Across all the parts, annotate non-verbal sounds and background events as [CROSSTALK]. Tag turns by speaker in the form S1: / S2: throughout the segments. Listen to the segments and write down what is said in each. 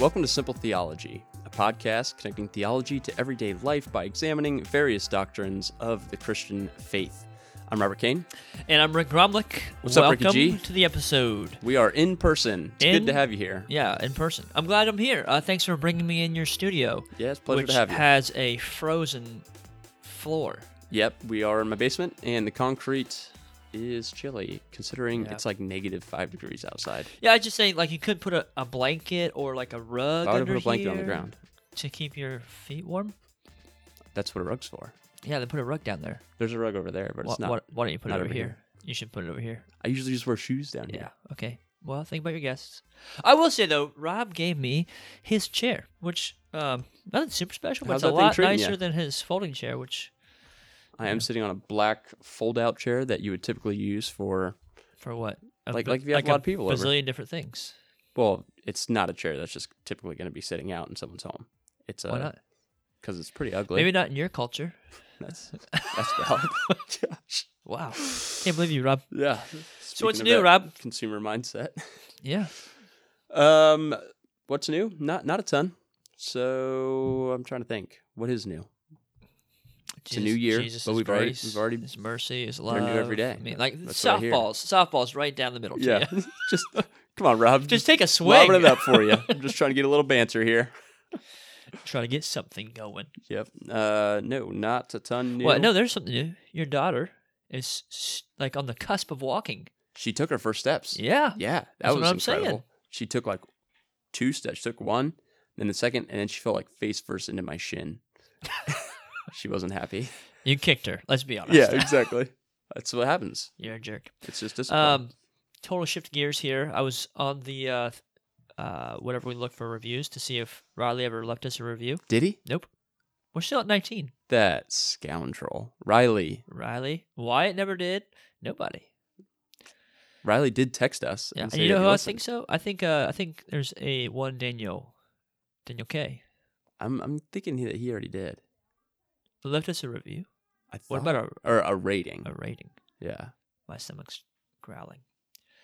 S1: Welcome to Simple Theology, a podcast connecting theology to everyday life by examining various doctrines of the Christian faith. I'm Robert Kane.
S2: And I'm Rick Gromlich.
S1: What's up, Ricky
S2: Welcome
S1: G?
S2: to the episode.
S1: We are in person. It's
S2: In-
S1: good to have you here.
S2: Yeah, in person. I'm glad I'm here. Uh, thanks for bringing me in your studio.
S1: Yeah, it's a pleasure
S2: which
S1: to have you.
S2: has a frozen floor.
S1: Yep, we are in my basement, and the concrete is chilly, considering
S2: Yeah.
S1: it's like negative five degrees outside.
S2: Yeah, I just saying, like you could put a, a blanket or like a rug
S1: Why would I
S2: under
S1: put a blanket on the
S2: here
S1: ground?
S2: to keep your feet warm.
S1: That's what a rug's for.
S2: Yeah, they put a rug down there.
S1: There's a rug over there, but
S2: Why,
S1: it's not.
S2: why, why don't you put it
S1: not
S2: over,
S1: over
S2: here?
S1: here.
S2: You should put it over here.
S1: I usually just wear shoes down here.
S2: Yeah. Okay. Well, think about your guests. I will say though, Rob gave me his chair, which um, nothing super special, but
S1: How's
S2: it's a
S1: that thing
S2: lot
S1: treating ya?
S2: nicer than his folding chair, which
S1: I am sitting on a black fold-out chair that you would typically use for.
S2: For what? A
S1: Like-
S2: ba-
S1: like if you have a lot of people over.
S2: bazillion different things.
S1: Well, it's not a chair that's just typically going to be sitting out in someone's home. It's
S2: Why
S1: a
S2: not?
S1: because it's pretty ugly.
S2: Maybe not in
S1: [LAUGHS]
S2: your culture. [LAUGHS]
S1: that's that's valid. Gosh.
S2: Wow, can't believe you, Rob.
S1: Yeah.
S2: So what's
S1: Speaking of
S2: new,
S1: that
S2: Rob?
S1: Consumer mindset.
S2: Yeah,
S1: Um, what's new? Not not a ton. So I'm trying to think. What is new? a new year,
S2: Jesus,
S1: but
S2: His
S1: we've already-
S2: grace,
S1: we've already-
S2: His mercy, His
S1: They're
S2: love.
S1: new every day.
S2: I mean, like
S1: That's what I hear.
S2: softballs. Softballs right down the middle. to
S1: Yeah. [LAUGHS]
S2: you. [LAUGHS]
S1: just come on, Rob.
S2: just take a swing.
S1: lobbing it up for
S2: [LAUGHS]
S1: you. I'm just trying to get a little banter here.
S2: Try to get something going.
S1: Yep. Uh, no, not a ton new.
S2: Well, no, there's something new. Your daughter is s- like on the cusp of walking.
S1: She took her first steps.
S2: Yeah.
S1: Yeah, that
S2: That's
S1: was
S2: what I'm saying.
S1: incredible. She took like two steps. She took one, then the second, and then she felt like face first into my
S2: [LAUGHS]
S1: shin. she wasn't happy.
S2: You kicked her. Let's be honest.
S1: Yeah, exactly. That's what happens.
S2: You're a jerk.
S1: It's just discipline.
S2: Um, total shift gears here. I was on the uh, th- uh, whatever we look for reviews to see if Riley ever left us a review.
S1: Did he?
S2: Nope. We're still at 19.
S1: That scoundrel, Riley.
S2: Riley, Wyatt never did. Nobody.
S1: Riley did text us.
S2: Yeah.
S1: and
S2: And
S1: say
S2: you
S1: that
S2: know
S1: he
S2: who I
S1: listened.
S2: think so? I think uh, I think there's a one Daniel, Daniel K.
S1: I'm I'm thinking that he already did.
S2: who left us a review.
S1: I
S2: What
S1: thought-
S2: about a,
S1: or a rating?
S2: a rating?
S1: Yeah,
S2: My stomach's growling.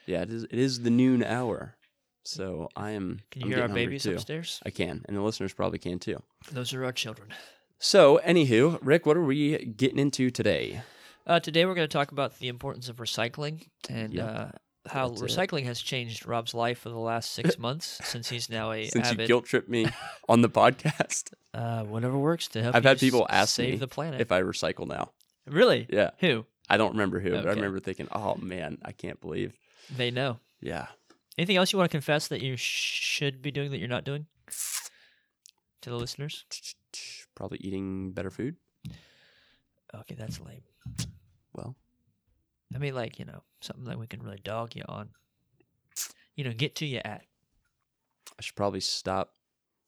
S1: yeah. It is it is the noon hour, so I am.
S2: Can you
S1: I'm
S2: hear our
S1: getting hungry,
S2: babies
S1: too.
S2: upstairs?
S1: I can, and the listeners probably can too.
S2: Those are our children.
S1: So, anywho, Rick, what are we getting into today?
S2: Uh, today we're going to talk about the importance of recycling and
S1: Yep.
S2: uh, how
S1: That's it.
S2: recycling has changed Rob's life for the last
S1: [LAUGHS]
S2: six months since he's now a
S1: Since you
S2: avid.
S1: guilt tripped
S2: [LAUGHS]
S1: me on the podcast,
S2: uh, whatever works to help.
S1: I've
S2: you
S1: had people
S2: s-
S1: ask
S2: save
S1: me
S2: the planet.
S1: if I recycle now.
S2: really?
S1: Yeah.
S2: Who?
S1: I don't remember who, but I
S2: Okay.
S1: remember thinking, oh man, I can't believe.
S2: They know.
S1: Yeah.
S2: Anything else you want to confess that you should be doing that you're not doing to the listeners?
S1: Probably eating better food.
S2: Okay, that's lame.
S1: Well,
S2: I mean, like you know, something that we can really dog you on. You know, get to you at.
S1: I should probably stop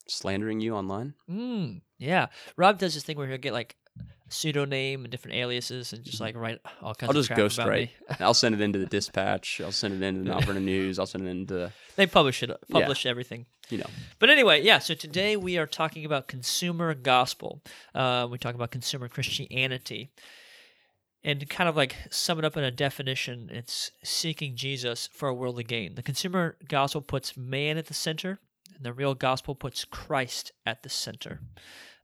S1: slandering you online.
S2: Mm, yeah, Rob does this thing where he'll get like pseudonym and different aliases and just like write all kinds
S1: Mm-hmm. I'll
S2: of
S1: just
S2: crap
S1: ghost
S2: about
S1: write.
S2: me.
S1: I'll send it into the dispatch. I'll send it into the Alberta News. I'll send it into,
S2: [LAUGHS] They publish it, uh, publish everything.
S1: you know,
S2: But anyway, yeah. So today we are talking about consumer gospel. Uh, we talk about consumer Christianity, and to kind of like sum it up in a definition, it's seeking Jesus for a worldly gain. The consumer gospel puts man at the center, and the real gospel puts Christ at the center.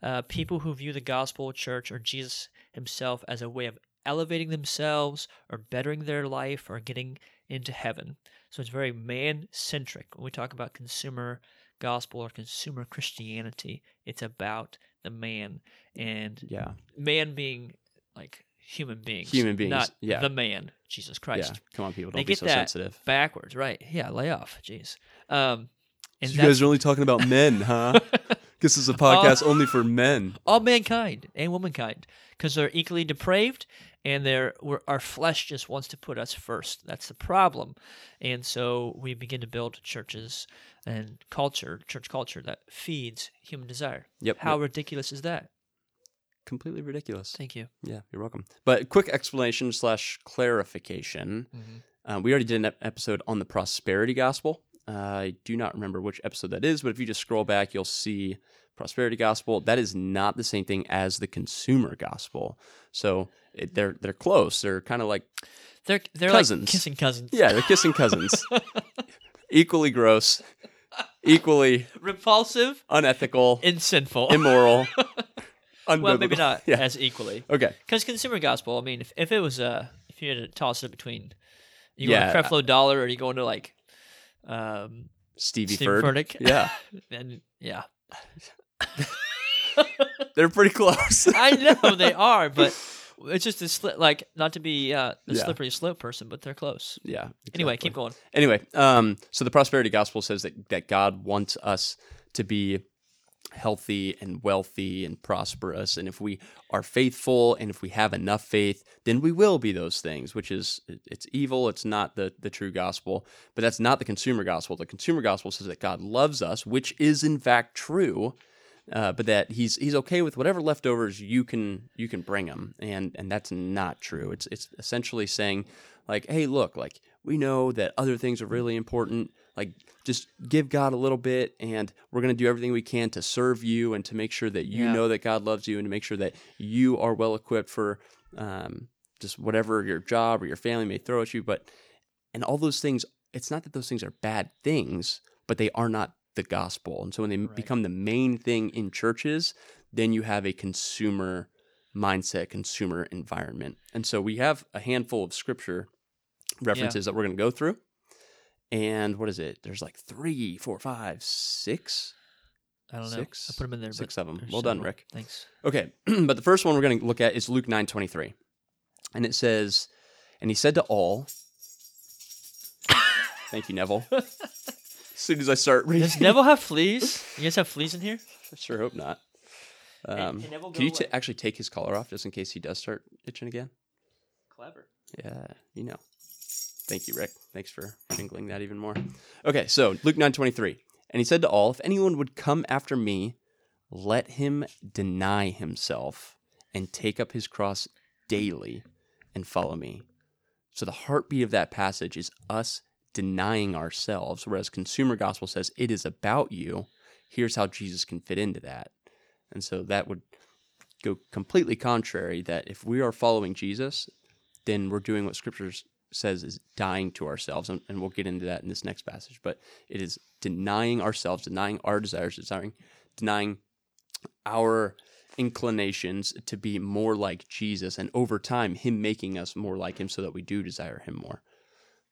S2: Uh, people who view the gospel, church, or Jesus himself as a way of elevating themselves or bettering their life or getting into heaven. So it's very man centric. When we talk about consumer gospel or consumer Christianity, it's about the man and
S1: yeah.
S2: man being like human beings,
S1: Human beings,
S2: not
S1: yeah.
S2: the man, Jesus Christ.
S1: Yeah. Come on, people.
S2: They
S1: Don't be
S2: get
S1: so
S2: that
S1: sensitive.
S2: Backwards, right? Yeah, lay off, jeez. Um, and
S1: you
S2: that's
S1: guys are only talking about men,
S2: [LAUGHS]
S1: huh? this is a podcast
S2: podcast
S1: only for men.
S2: all mankind and womankind because they're equally depraved and they're, we're, our flesh just wants to put us first that's the problem and so we begin to build churches and culture church culture that feeds human desire
S1: Yep.
S2: how ridiculous is that
S1: completely ridiculous.
S2: thank you
S1: Yeah, you're welcome. But quick explanation slash clarification.
S2: Mm-hmm.
S1: Uh, we already did an ep- episode on the prosperity gospel. Uh, I do not remember which episode that is, but if you just scroll back, you'll see prosperity gospel. That is not the same thing as the consumer gospel. So it, they're they're close. They're kind of like
S2: they're, they're
S1: Cousins.
S2: like kissing cousins [LAUGHS]
S1: yeah, they're kissing cousins. Equally gross. equally
S2: repulsive [LAUGHS]
S1: unethical,
S2: and sinful.
S1: immoral,
S2: [LAUGHS] well, maybe
S1: unbiblical.
S2: not
S1: Yeah.
S2: as equally.
S1: Okay.
S2: Because consumer gospel, I mean, if, if it was uh, if you had to toss it between, you
S1: Yeah.
S2: go to Creflo Dollar or you go into like, um,
S1: Stevie
S2: Steve
S1: Ferd.
S2: Furtick.
S1: Yeah,
S2: [LAUGHS] and yeah,
S1: they're pretty close. [LAUGHS]
S2: I know they are, but it's just a sli- like not to be uh, the
S1: Yeah.
S2: slippery slope person, but they're close.
S1: yeah.
S2: Anyway,
S1: exactly.
S2: keep going.
S1: Anyway, um, so the prosperity gospel says that, that God wants us to be healthy and wealthy and prosperous. And if we are faithful and if we have enough faith, then we will be those things, which is it's evil. It's not the, the true gospel, but that's not the consumer gospel. The consumer gospel says that God loves us, which is in fact true. Uh, but that he's he's okay with whatever leftovers you can you can bring him, and and that's not true. It's it's essentially saying like, hey, look, like we know that other things are really important. Like, just give God a little bit, and we're gonna do everything we can to serve you and to make sure that you
S2: Yeah.
S1: know that God loves you and to make sure that you are well equipped for um, just whatever your job or your family may throw at you. But and all those things, it's not that those things are bad things, but they are not the gospel. And so when they
S2: Right.
S1: become the main thing in churches, then you have a consumer mindset, consumer environment. And so we have a handful of scripture references that we're going to go through. And what is it? There's like three, four, five, six,
S2: I don't know.
S1: Six-
S2: I put them in there.
S1: six
S2: but
S1: of them.
S2: there's
S1: Well done,
S2: several.
S1: Rick.
S2: Thanks.
S1: Okay, [CLEARS THROAT] but the first one we're going to look at is Luke nine twenty three, and it says, "And he said to [LAUGHS] all." Thank you, Neville. [LAUGHS] As soon as I start reading,
S2: Does Neville have fleas? You guys have fleas in here?
S1: I [LAUGHS] sure hope not.
S2: And-
S1: Um,
S2: and Neville
S1: can you
S2: go
S1: t-
S2: away.
S1: actually take his collar off just in case he does start itching again?
S2: Clever.
S1: Yeah, uh, you know. Thank you, Rick. Thanks for jingling that even more. Okay, so Luke nine twenty three, and he said to all, "If anyone would come after me, let him deny himself and take up his cross daily and follow me." So the heartbeat of that passage is us denying ourselves, whereas consumer gospel says it is about you. Here's how Jesus can fit into that, and so that would go completely contrary. That if we are following Jesus, then we're doing what scripture s- says is dying to ourselves and, and we'll get into that in this next passage but it is denying ourselves denying our desires desiring denying our inclinations to be more like jesus and over time him making us more like him so that we do desire him more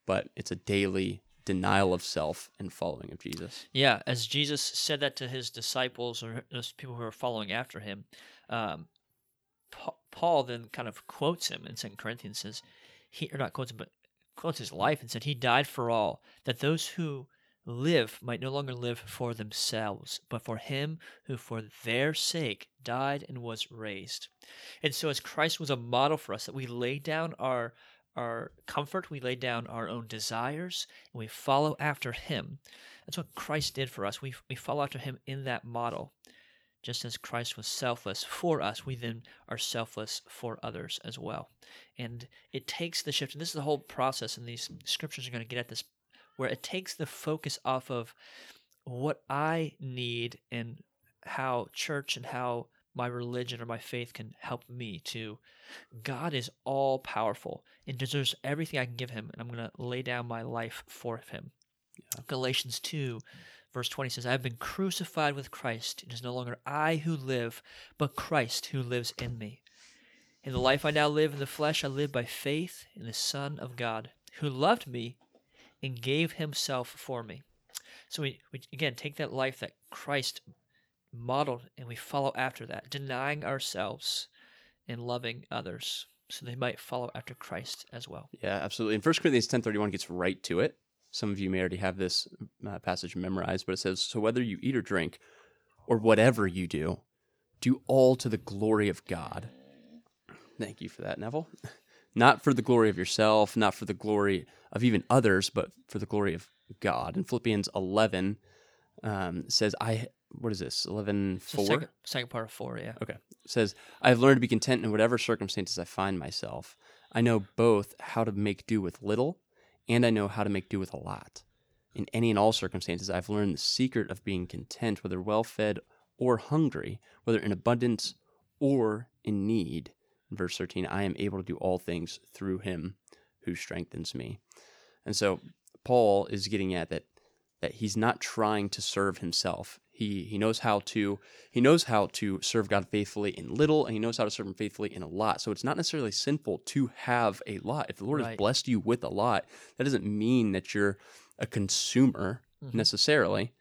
S1: but it's a daily denial of self and following of jesus
S2: Yeah, as Jesus said that to his disciples or those people who are following after him, um, Pa- Paul then kind of quotes him in Second Corinthians says, he or not quotes him, but quotes his life and said he died for all that those who live might no longer live for themselves, but for him who for their sake died and was raised. And so, as Christ was a model for us, that we lay down our our comfort, we lay down our own desires, and we follow after him. That's what Christ did for us. We, we follow after him in that model. Just as Christ was selfless for us, we then are selfless for others as well. And it takes the shift, and this is the whole process, and these scriptures are going to get at this, where it takes the focus off of what I need and how church and how my religion or my faith can help me to God is all powerful and deserves everything I can give him, and I'm going to lay down my life for him. Galatians 2, verse 20 says, I have been crucified with Christ. It is no longer I who live, but Christ who lives in me. In the life I now live in the flesh, I live by faith in the Son of God, who loved me and gave himself for me. So we, we again take that life that Christ modeled and we follow after that, denying ourselves and loving others. So they might follow after Christ as well.
S1: yeah absolutely and 1 corinthians 10.31 gets right to it some of you may already have this uh, passage memorized but it says so whether you eat or drink or whatever you do, do all to the glory of God. Thank you for that, Neville. [LAUGHS] Not for the glory of yourself, not for the glory of even others, but for the glory of God. And Philippians 11 um, says, I, what is this? 11
S2: So
S1: 4?
S2: second, second part of four, yeah.
S1: Okay. It says, I have learned to be content in whatever circumstances I find myself. I know both how to make do with little and I know how to make do with a lot. In any and all circumstances, I've learned the secret of being content, whether well fed or hungry, whether in abundance or in need. In verse 13, I am able to do all things through him who strengthens me. And so Paul is getting at that that that he's not trying to serve himself. He he knows how to he knows how to serve God faithfully in little, and he knows how to serve Him faithfully in a lot. So it's not necessarily sinful to have a lot. If the Lord has
S2: Right.
S1: blessed you with a lot, that doesn't mean that you're a consumer
S2: Mhm.
S1: necessarily,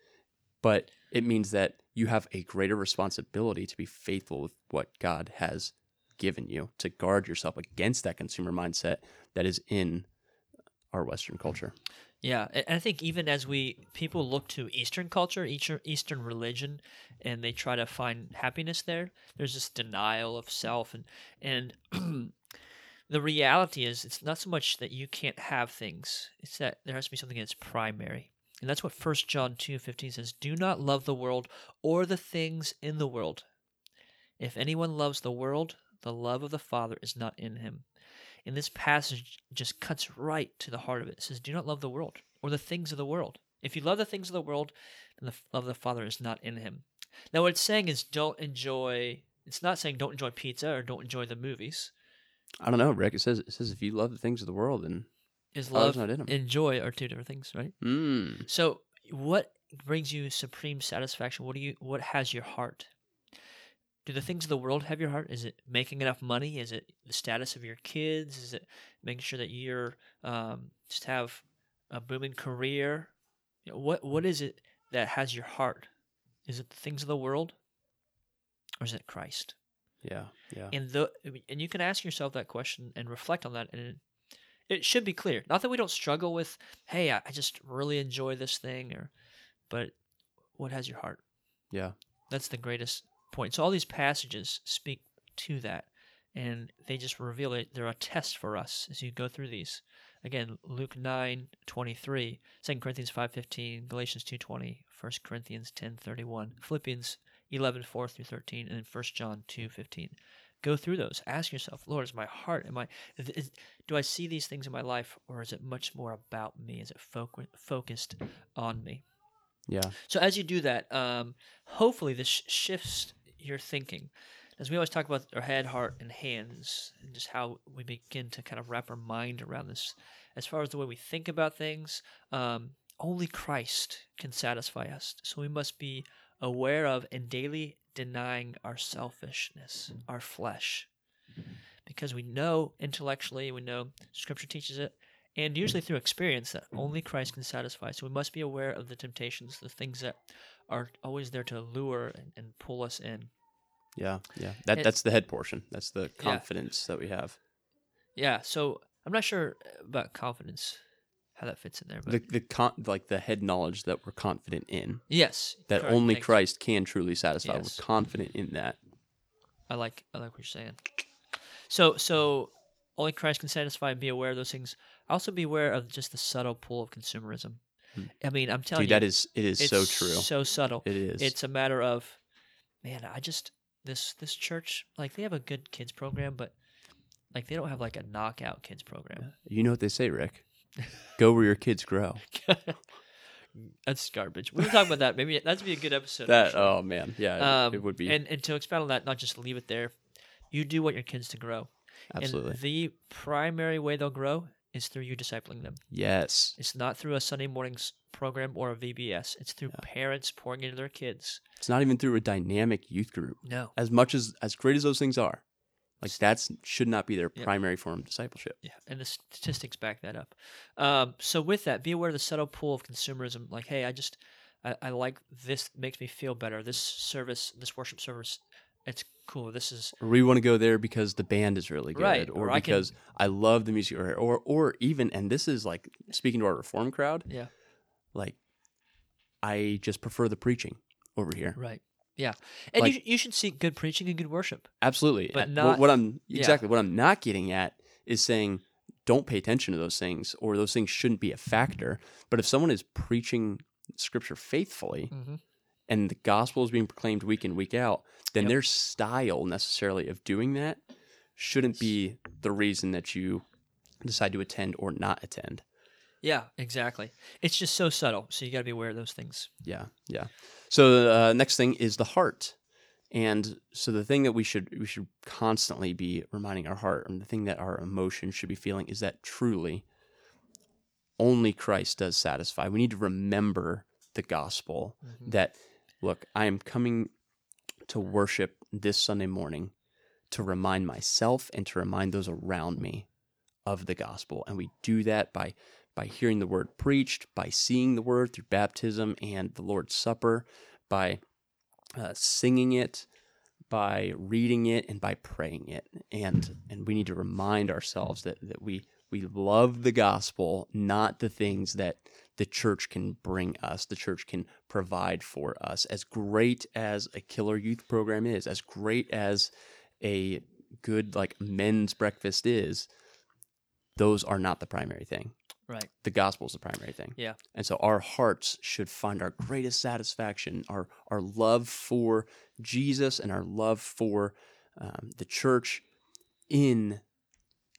S1: but it means that you have a greater responsibility to be faithful with what God has given you to guard yourself against that consumer mindset that is in our
S2: Mm.
S1: Western culture.
S2: Yeah, a- and I think even as we people look to Eastern culture, Eastern Eastern religion, and they try to find happiness there, there's this denial of self, and and [CLEARS THROAT] the reality is, it's not so much that you can't have things; it's that there has to be something that's primary, and that's what First John two fifteen says: "Do not love the world or the things in the world. If anyone loves the world, the love of the Father is not in him." And this passage just cuts right to the heart of it. It says, Do not love the world or the things of the world. If you love the things of the world, then the love of the Father is not in him. Now, what it's saying is, don't enjoy, it's not saying don't enjoy pizza or don't enjoy the movies.
S1: I don't know, Rick. It says it says if you love the things of the world, then
S2: Is
S1: Father's
S2: love
S1: Oh, not in 'em.
S2: and joy are two different things, right?
S1: mm,
S2: So, what brings you supreme satisfaction? What do you? What has your heart? Do the things of the world have your heart? Is it making enough money? Is it the status of your kids? Is it making sure that you're um, just have a booming career? You know, what What is it that has your heart? Is it the things of the world, or is it Christ?
S1: yeah, yeah.
S2: And the I mean, and you can ask yourself that question and reflect on that, and it, it should be clear. Not that we don't struggle with, hey, I, I just really enjoy this thing, or but what has your heart?
S1: Yeah.
S2: that's the greatest point. So all these passages speak to that, and they just reveal it. They're a test for us as you go through these. Again, Luke 9, 23, 2 Corinthians 5.15, Galatians 2.20, 1 Corinthians 10.31, Philippians 11, 4 through 13, and then 1 John 2.15 go through those ask yourself lord is my heart am i is- is, do i see these things in my life or is it much more about me is it foc- focused on me
S1: Yeah.
S2: so as you do that um, hopefully this sh- shifts your thinking as we always talk about our head heart and hands and just how we begin to kind of wrap our mind around this as far as the way we think about things um, only christ can satisfy us so we must be aware of and daily denying our selfishness, our flesh. Because we know intellectually, we know scripture teaches it, and usually through experience that only Christ can satisfy. So we must be aware of the temptations, the things that are always there to lure and, and pull us in.
S1: Yeah, yeah. That
S2: It-
S1: that's the head portion. That's the confidence that we have.
S2: Yeah, so I'm not sure about confidence, how that fits in there, but
S1: The the con- like the head knowledge that we're confident in.
S2: yes,
S1: That
S2: correct,
S1: only
S2: thanks.
S1: Christ can truly satisfy.
S2: Yes.
S1: We're confident in that.
S2: I like I like what you're saying. So so only Christ can satisfy and be aware of those things. Also be aware of just the subtle pull of consumerism.
S1: Hmm.
S2: I mean, I'm telling
S1: Dude,
S2: you
S1: that is it is
S2: it's
S1: so true.
S2: So subtle.
S1: it is.
S2: It's a matter of man, I just this this church like they have a good kids program, but like they don't have like a knockout kids program.
S1: you know what they say, Rick. Go where your kids
S2: [LAUGHS]
S1: grow.
S2: that's garbage. We can talk about that. Maybe that'd be a good episode.
S1: That
S2: actually.
S1: oh man, yeah, it-
S2: Um,
S1: it would be
S2: And and to expand on that, not just leave it there. You do want your kids to grow.
S1: absolutely
S2: And the primary way they'll grow is through you discipling them.
S1: yes.
S2: It's not through a Sunday mornings program or a VBS. It's through parents pouring into their kids.
S1: It's not even through a dynamic youth group.
S2: No.
S1: As much as as great as those things are, like that's should not be their
S2: Yeah.
S1: primary form of discipleship.
S2: Yeah, and the statistics back that up. Um, so with that, be aware of the subtle pull of consumerism. Like, hey, I just, I, I like this makes me feel better. This service, this worship service, it's cool. This is
S1: or we want to go there because the band is really good,
S2: Right,
S1: or,
S2: or I can-
S1: because I love the music, or, or or even and this is like speaking to our reform crowd,
S2: yeah,
S1: like I just prefer the preaching over here.
S2: right, yeah. And you,
S1: Like-
S2: you should seek good preaching and good worship.
S1: Absolutely,
S2: But
S1: Uh,
S2: not-
S1: what, what I'm
S2: yeah.
S1: exactly what I'm not getting at is saying don't pay attention to those things, or those things shouldn't be a factor. But if someone is preaching scripture faithfully
S2: Mm-hmm.
S1: and the gospel is being proclaimed week in week out, then
S2: Yep.
S1: their style necessarily of doing that shouldn't be the reason that you decide to attend or not attend.
S2: Yeah, exactly. It's just so subtle. So you got to be aware of those things.
S1: Yeah, yeah. So the uh, next thing is the heart, and so the thing that we should we should constantly be reminding our heart, and the thing that our emotions should be feeling is that truly only Christ does satisfy. We need to remember the gospel
S2: Mhm.
S1: that look, I am coming to worship this Sunday morning to remind myself and to remind those around me of the gospel. And we do that by by hearing the word preached, by seeing the word through baptism and the Lord's Supper, by uh, singing it, by reading it, and by praying it. And and we need to remind ourselves that that we we love the gospel, not the things that the church can bring us, the church can provide for us. As great as a killer youth program is, as great as a good like men's breakfast is, those are not the primary thing
S2: Right.
S1: the gospel is the primary thing.
S2: Yeah.
S1: And so our hearts should find our greatest satisfaction, our our love for Jesus and our love for um, the church in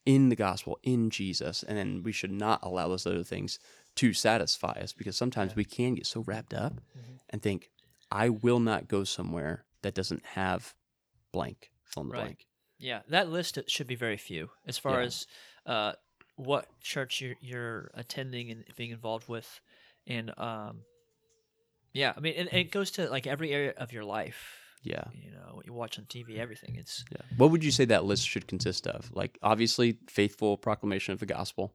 S1: in the gospel, in Jesus. And then we should not allow those other things to satisfy us because sometimes we can get so wrapped up
S2: Mhm.
S1: and think, I will not go somewhere that doesn't have blank, fill in the
S2: Right.
S1: blank.
S2: Yeah, that list it should be very few as far
S1: Yeah.
S2: as uh, what church you're, you're attending and being involved with, and um, yeah, I mean, and, and it goes to like every area of your life.
S1: Yeah.
S2: You know, what you watch on TV, everything. It's
S1: Yeah. What would you say that list should consist of? Like obviously faithful proclamation of the gospel.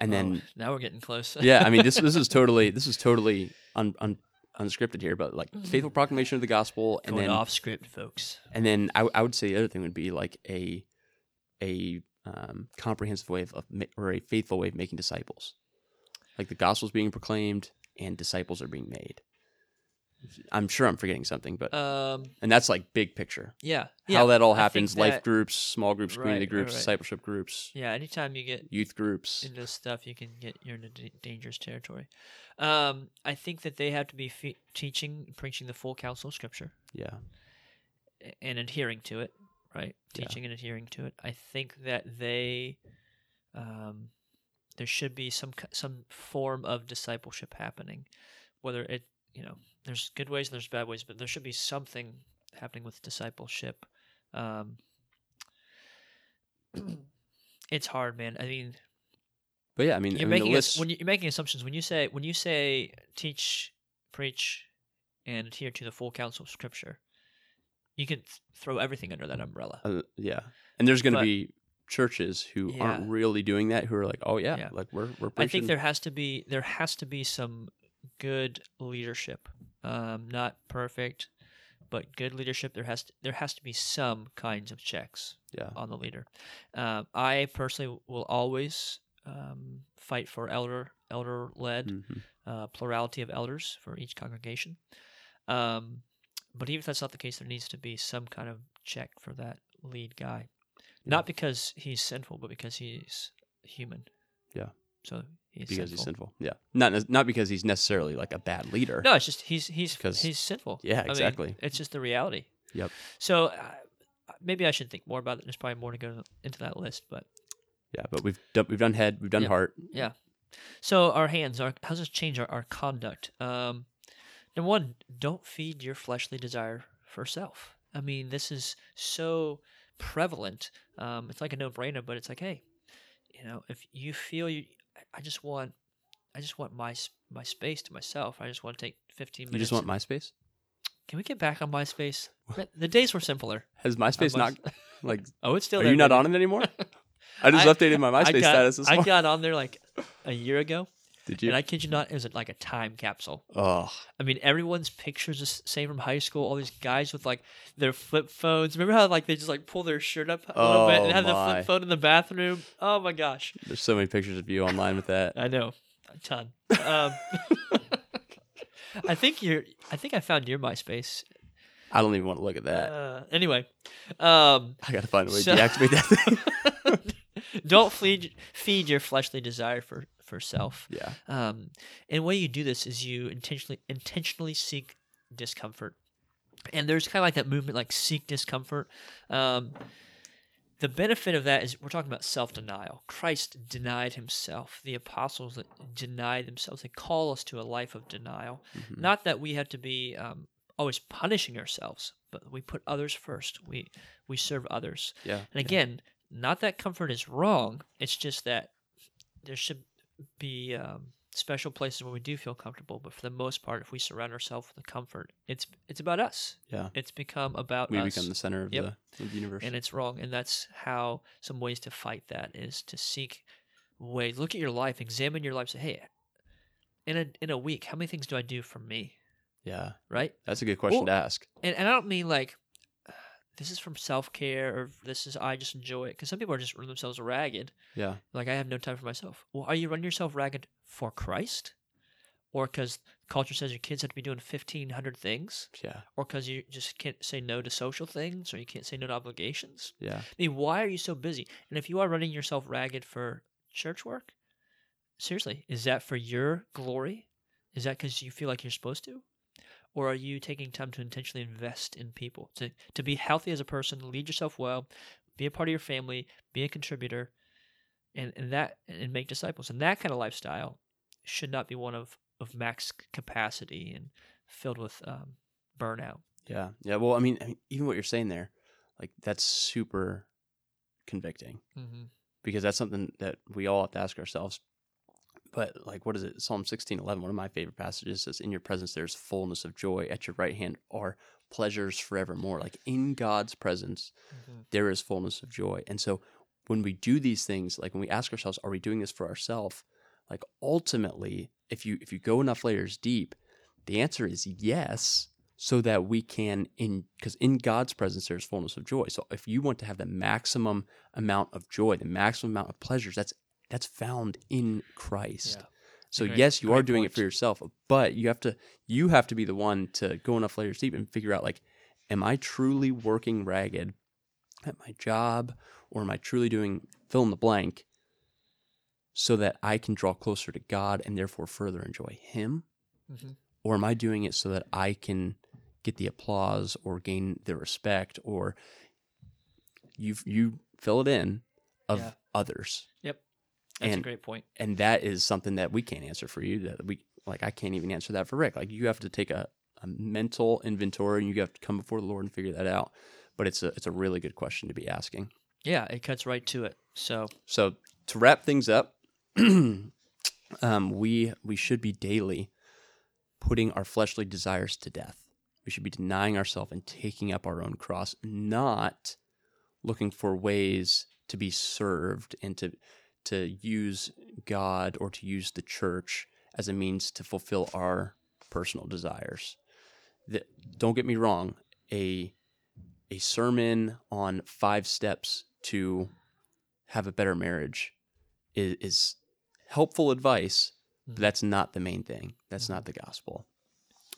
S1: And then
S2: oh, now we're getting close.
S1: [LAUGHS]
S2: [LAUGHS]
S1: yeah, I mean this this is totally this is totally un, un, unscripted here, but like faithful proclamation of the gospel and
S2: Mm-hmm. going
S1: then
S2: off script, folks.
S1: and then I, I would say the other thing would be like a a um, comprehensive way of, of ma- or a faithful way of making disciples. Like the gospel's being proclaimed and disciples are being made. I'm sure I'm forgetting something, but
S2: Um,
S1: and that's like big picture
S2: yeah, yeah,
S1: how that all
S2: I think
S1: happens life
S2: that-
S1: groups small groups community
S2: Right,
S1: groups
S2: right.
S1: discipleship groups
S2: Yeah, anytime you get
S1: youth groups
S2: into this stuff, you can get you're in a da- dangerous territory. Um, I think that they have to be fe- teaching, preaching the full counsel of Scripture.
S1: yeah
S2: a- and adhering to it, right?
S1: Yeah.
S2: Teaching and adhering to it. I think that they, um, there should be some ki- some form of discipleship happening, whether it you know there's good ways, there's bad ways, but there should be something happening with discipleship. Um, [CLEARS THROAT] it's hard, man. I mean,
S1: but yeah i mean, I
S2: you're
S1: mean, the
S2: making
S1: list
S2: ass- when you- you're making assumptions when you say when you say teach, preach, and adhere to the full counsel of Scripture. You can th- throw everything under that umbrella.
S1: uh, yeah and there's going to
S2: But-
S1: be churches who aren't
S2: Yeah.
S1: really doing that who are like oh yeah,
S2: Yeah.
S1: like we're we're
S2: I
S1: preaching
S2: think there has to be there has to be some good leadership. Um, not perfect, but good leadership. There has to, there has to be some kinds of checks
S1: yeah
S2: on the leader. Um, I personally will always um, fight for elder elder led
S1: Mhm.
S2: uh, plurality of elders for each congregation. Um, but even if that's not the case, there needs to be some kind of check for that lead guy,
S1: Yeah.
S2: not because he's sinful, but because he's human.
S1: Yeah.
S2: So he's
S1: because
S2: sinful.
S1: he's sinful yeah not ne- not because he's necessarily like a bad leader
S2: No, it's just he's he's
S1: 'Cause-
S2: he's sinful.
S1: yeah,
S2: I mean,
S1: exactly.
S2: it's just the reality.
S1: Yep.
S2: So uh, maybe I should think more about it. There's probably more to go into that list, but
S1: yeah but we've done, we've done head we've done
S2: Yeah.
S1: heart
S2: Yeah. So our hands, our how does this change our, our conduct? Um, number one, don't feed your fleshly desire for self. I mean, this is so prevalent. Um, it's like a no-brainer, but it's like, hey, you know, if you feel you, I just want, I just want my s- my space to myself. I just want to take fifteen minutes.
S1: you just want myspace
S2: Can we get back on
S1: [LAUGHS]
S2: MySpace? Man, The days were simpler.
S1: has myspace not
S2: must-
S1: [LAUGHS]
S2: [LAUGHS]
S1: like
S2: Oh, it's still.
S1: are
S2: there,
S1: you not
S2: baby.
S1: on it
S2: [LAUGHS]
S1: anymore i just
S2: I-
S1: updated my myspace
S2: I got,
S1: status this
S2: I
S1: morning
S2: got on there like a year ago,
S1: did [LAUGHS] you
S2: and I kid you not, it was like a time capsule.
S1: oh
S2: I mean, everyone's pictures the same from high school. All these guys with like their flip phones. Remember how like they just like pull their shirt up a little bit
S1: Oh,
S2: and have the
S1: my.
S2: flip phone in the bathroom? Oh my gosh,
S1: there's so many pictures of you online with that
S2: [LAUGHS] I know a ton. Um, [LAUGHS] I think you're. I think I found your MySpace.
S1: i don't even want to look at that
S2: Uh, anyway, um,
S1: I gotta find a way
S2: So-
S1: to deactivate that
S2: [LAUGHS]
S1: thing.
S2: don't feed feed your fleshly desire for for self.
S1: yeah.
S2: Um, and the way you do this is you intentionally intentionally seek discomfort. And there's kind of like that movement, like seek discomfort. Um, the benefit of that is we're talking about self denial. Christ denied himself. The apostles that denied themselves. They call us to a life of denial.
S1: Mhm.
S2: Not that we have to be um, always punishing ourselves, but we put others first. We we serve others.
S1: Yeah.
S2: And again, not that comfort is wrong. It's just that there should be um, special places where we do feel comfortable. But for the most part, if we surround ourselves with the comfort, it's it's about us.
S1: Yeah.
S2: It's become about
S1: We
S2: us.
S1: become the center of,
S2: Yep.
S1: the, of the universe.
S2: and it's wrong. And that's how some ways to fight that is to seek ways. Look at your life, examine your life. Say, hey, in a in a week, how many things do I do for me?
S1: yeah.
S2: Right?
S1: That's a good question
S2: Well-
S1: to ask.
S2: And and I don't mean like this is from self care or this is I just enjoy it because some people are just running themselves ragged.
S1: Yeah.
S2: Like I have no time for myself. Well, are you running yourself ragged for Christ, or because culture says your kids have to be doing fifteen hundred things,
S1: Yeah.
S2: or because you just can't say no to social things, or you can't say no to obligations?
S1: Yeah.
S2: I mean, why are you so busy? And if you are running yourself ragged for church work, seriously, is that for your glory? Is that because you feel like you're supposed to? Or are you taking time to intentionally invest in people? To, to be healthy as a person, lead yourself well, be a part of your family, be a contributor, and, and that and make disciples. And that kind of lifestyle should not be one of, of max capacity and filled with um, burnout.
S1: Yeah. Yeah. Well, I mean, I mean, even what you're saying there, like that's super convicting
S2: Mm-hmm.
S1: because that's something that we all have to ask ourselves. But like, what is it? Psalm 16, 11, one of my favorite passages says, in your presence, there's fullness of joy at your right hand are pleasures forevermore. Like in God's presence,
S2: Mm-hmm.
S1: there is fullness of joy. And so when we do these things, like when we ask ourselves, are we doing this for ourselves? Like ultimately, if you if you go enough layers deep, the answer is yes, so that we can in because in God's presence there's fullness of joy. So if you want to have the maximum amount of joy, the maximum amount of pleasures, that's that's found in Christ.
S2: Yeah.
S1: So
S2: Great-
S1: yes, you are
S2: great
S1: doing it
S2: point.
S1: for yourself, but you have to you have to be the one to go enough layers deep and figure out like, am I truly working ragged at my job, or am I truly doing fill in the blank, so that I can draw closer to God and therefore further enjoy Him,
S2: Mm-hmm.
S1: or am I doing it so that I can get the applause or gain the respect or you you fill it in of
S2: Yeah.
S1: others,
S2: Yep. That's a
S1: And-
S2: great point.
S1: and that is something that we can't answer for you that we like i can't even answer that for rick like you have to take a, a mental inventory and you have to come before the lord and figure that out but it's a it's a really good question to be asking
S2: Yeah, it cuts right to it. So
S1: so to wrap things up [CLEARS THROAT] um, we we should be daily putting our fleshly desires to death we should be denying ourselves and taking up our own cross not looking for ways to be served and to to use god or to use the church as a means to fulfill our personal desires Th- don't get me wrong a a sermon on five steps to have a better marriage is, is helpful advice,
S2: Mm-hmm.
S1: but that's not the main thing. That's not the gospel.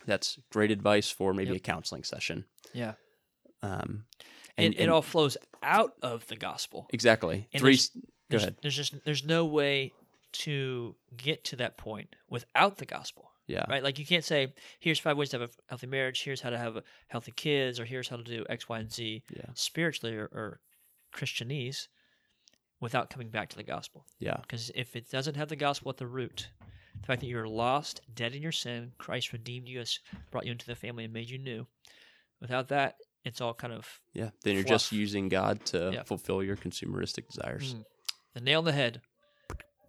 S1: That's great advice for maybe
S2: Yep.
S1: a counseling session.
S2: yeah,
S1: Um, and,
S2: and, it
S1: and-
S2: all flows out of the gospel.
S1: exactly
S2: and
S1: three.
S2: there's-
S1: s- Go
S2: There's,
S1: ahead.
S2: there's just there's no way to get to that point without the gospel,
S1: Yeah,
S2: right? Like you can't say here's five ways to have a healthy marriage, here's how to have a healthy kids, or here's how to do X, Y, and Z
S1: Yeah.
S2: spiritually or, or Christianese without coming back to the gospel.
S1: yeah,
S2: Because if it doesn't have the gospel at the root, the fact that you're lost, dead in your sin, Christ redeemed you, has brought you into the family and made you new. Without that, it's all kind of
S1: yeah. Then you're just
S2: Fluff.
S1: using God to
S2: Yeah.
S1: fulfill your consumeristic desires.
S2: Mm. the nail on the head.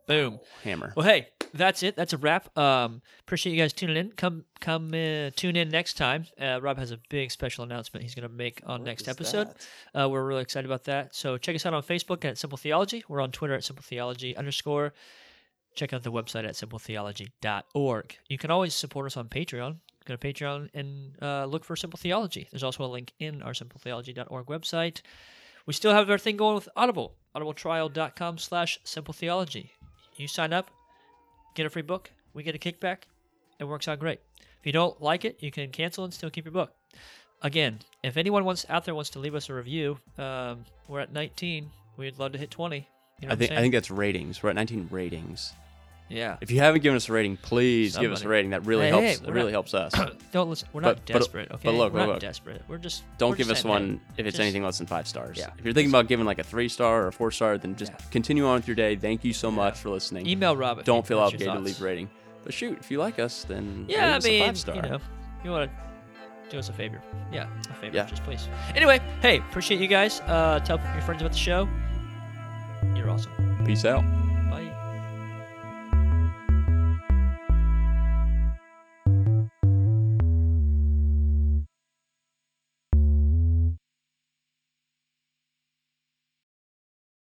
S2: Boom.
S1: Hammer.
S2: Well, hey, that's it. That's a wrap. Um, appreciate you guys tuning in. Come, come uh, tune in next time. Uh, Rob has a big special announcement he's going to make on next episode. Uh, we're really excited about that. So check us out on Facebook at Simple Theology. We're on Twitter at Simple Theology underscore. Check out the website at simpletheology.org. You can always support us on Patreon. Go to Patreon and uh, look for Simple Theology. There's also a link in our simpletheology.org website. We still have our thing going with Audible, audibletrial.com slash simple theology. You sign up, get a free book, we get a kickback. It works out great. If you don't like it, you can cancel and still keep your book again, if anyone wants out there wants to leave us a review, um, we're at 19. We'd love to hit 20. You know
S1: I think
S2: what
S1: I
S2: I'm
S1: think that's ratings. We're at 19 ratings.
S2: saying? yeah.
S1: If you haven't given us a rating, please give us a
S2: Somebody.
S1: rating. That really
S2: Hey, hey,
S1: helps.
S2: we're
S1: it really
S2: not-
S1: helps us.
S2: Don't listen. We're
S1: But-
S2: not
S1: but-
S2: desperate. okay,
S1: but look,
S2: we're
S1: but
S2: not
S1: look.
S2: desperate. We're just
S1: Don't
S2: we're
S1: give
S2: just
S1: us
S2: saying, hey,
S1: one if it's
S2: just-
S1: anything less than five stars.
S2: Yeah.
S1: If you're thinking about giving like a three star or a four star, then just
S2: Yeah.
S1: continue on with your day. Thank you so much for listening.
S2: Email Rob. if
S1: Don't
S2: you-
S1: feel
S2: what's your
S1: obligated to
S2: thoughts.
S1: leave a rating. But shoot, if you like us, then leave
S2: Yeah, I
S1: us a
S2: mean,
S1: five star.
S2: you know, you want to do us a favor. Yeah, a favor,
S1: Yeah.
S2: just please. Anyway, hey, appreciate you guys. Uh, tell your friends about the show. You're awesome.
S1: Peace out.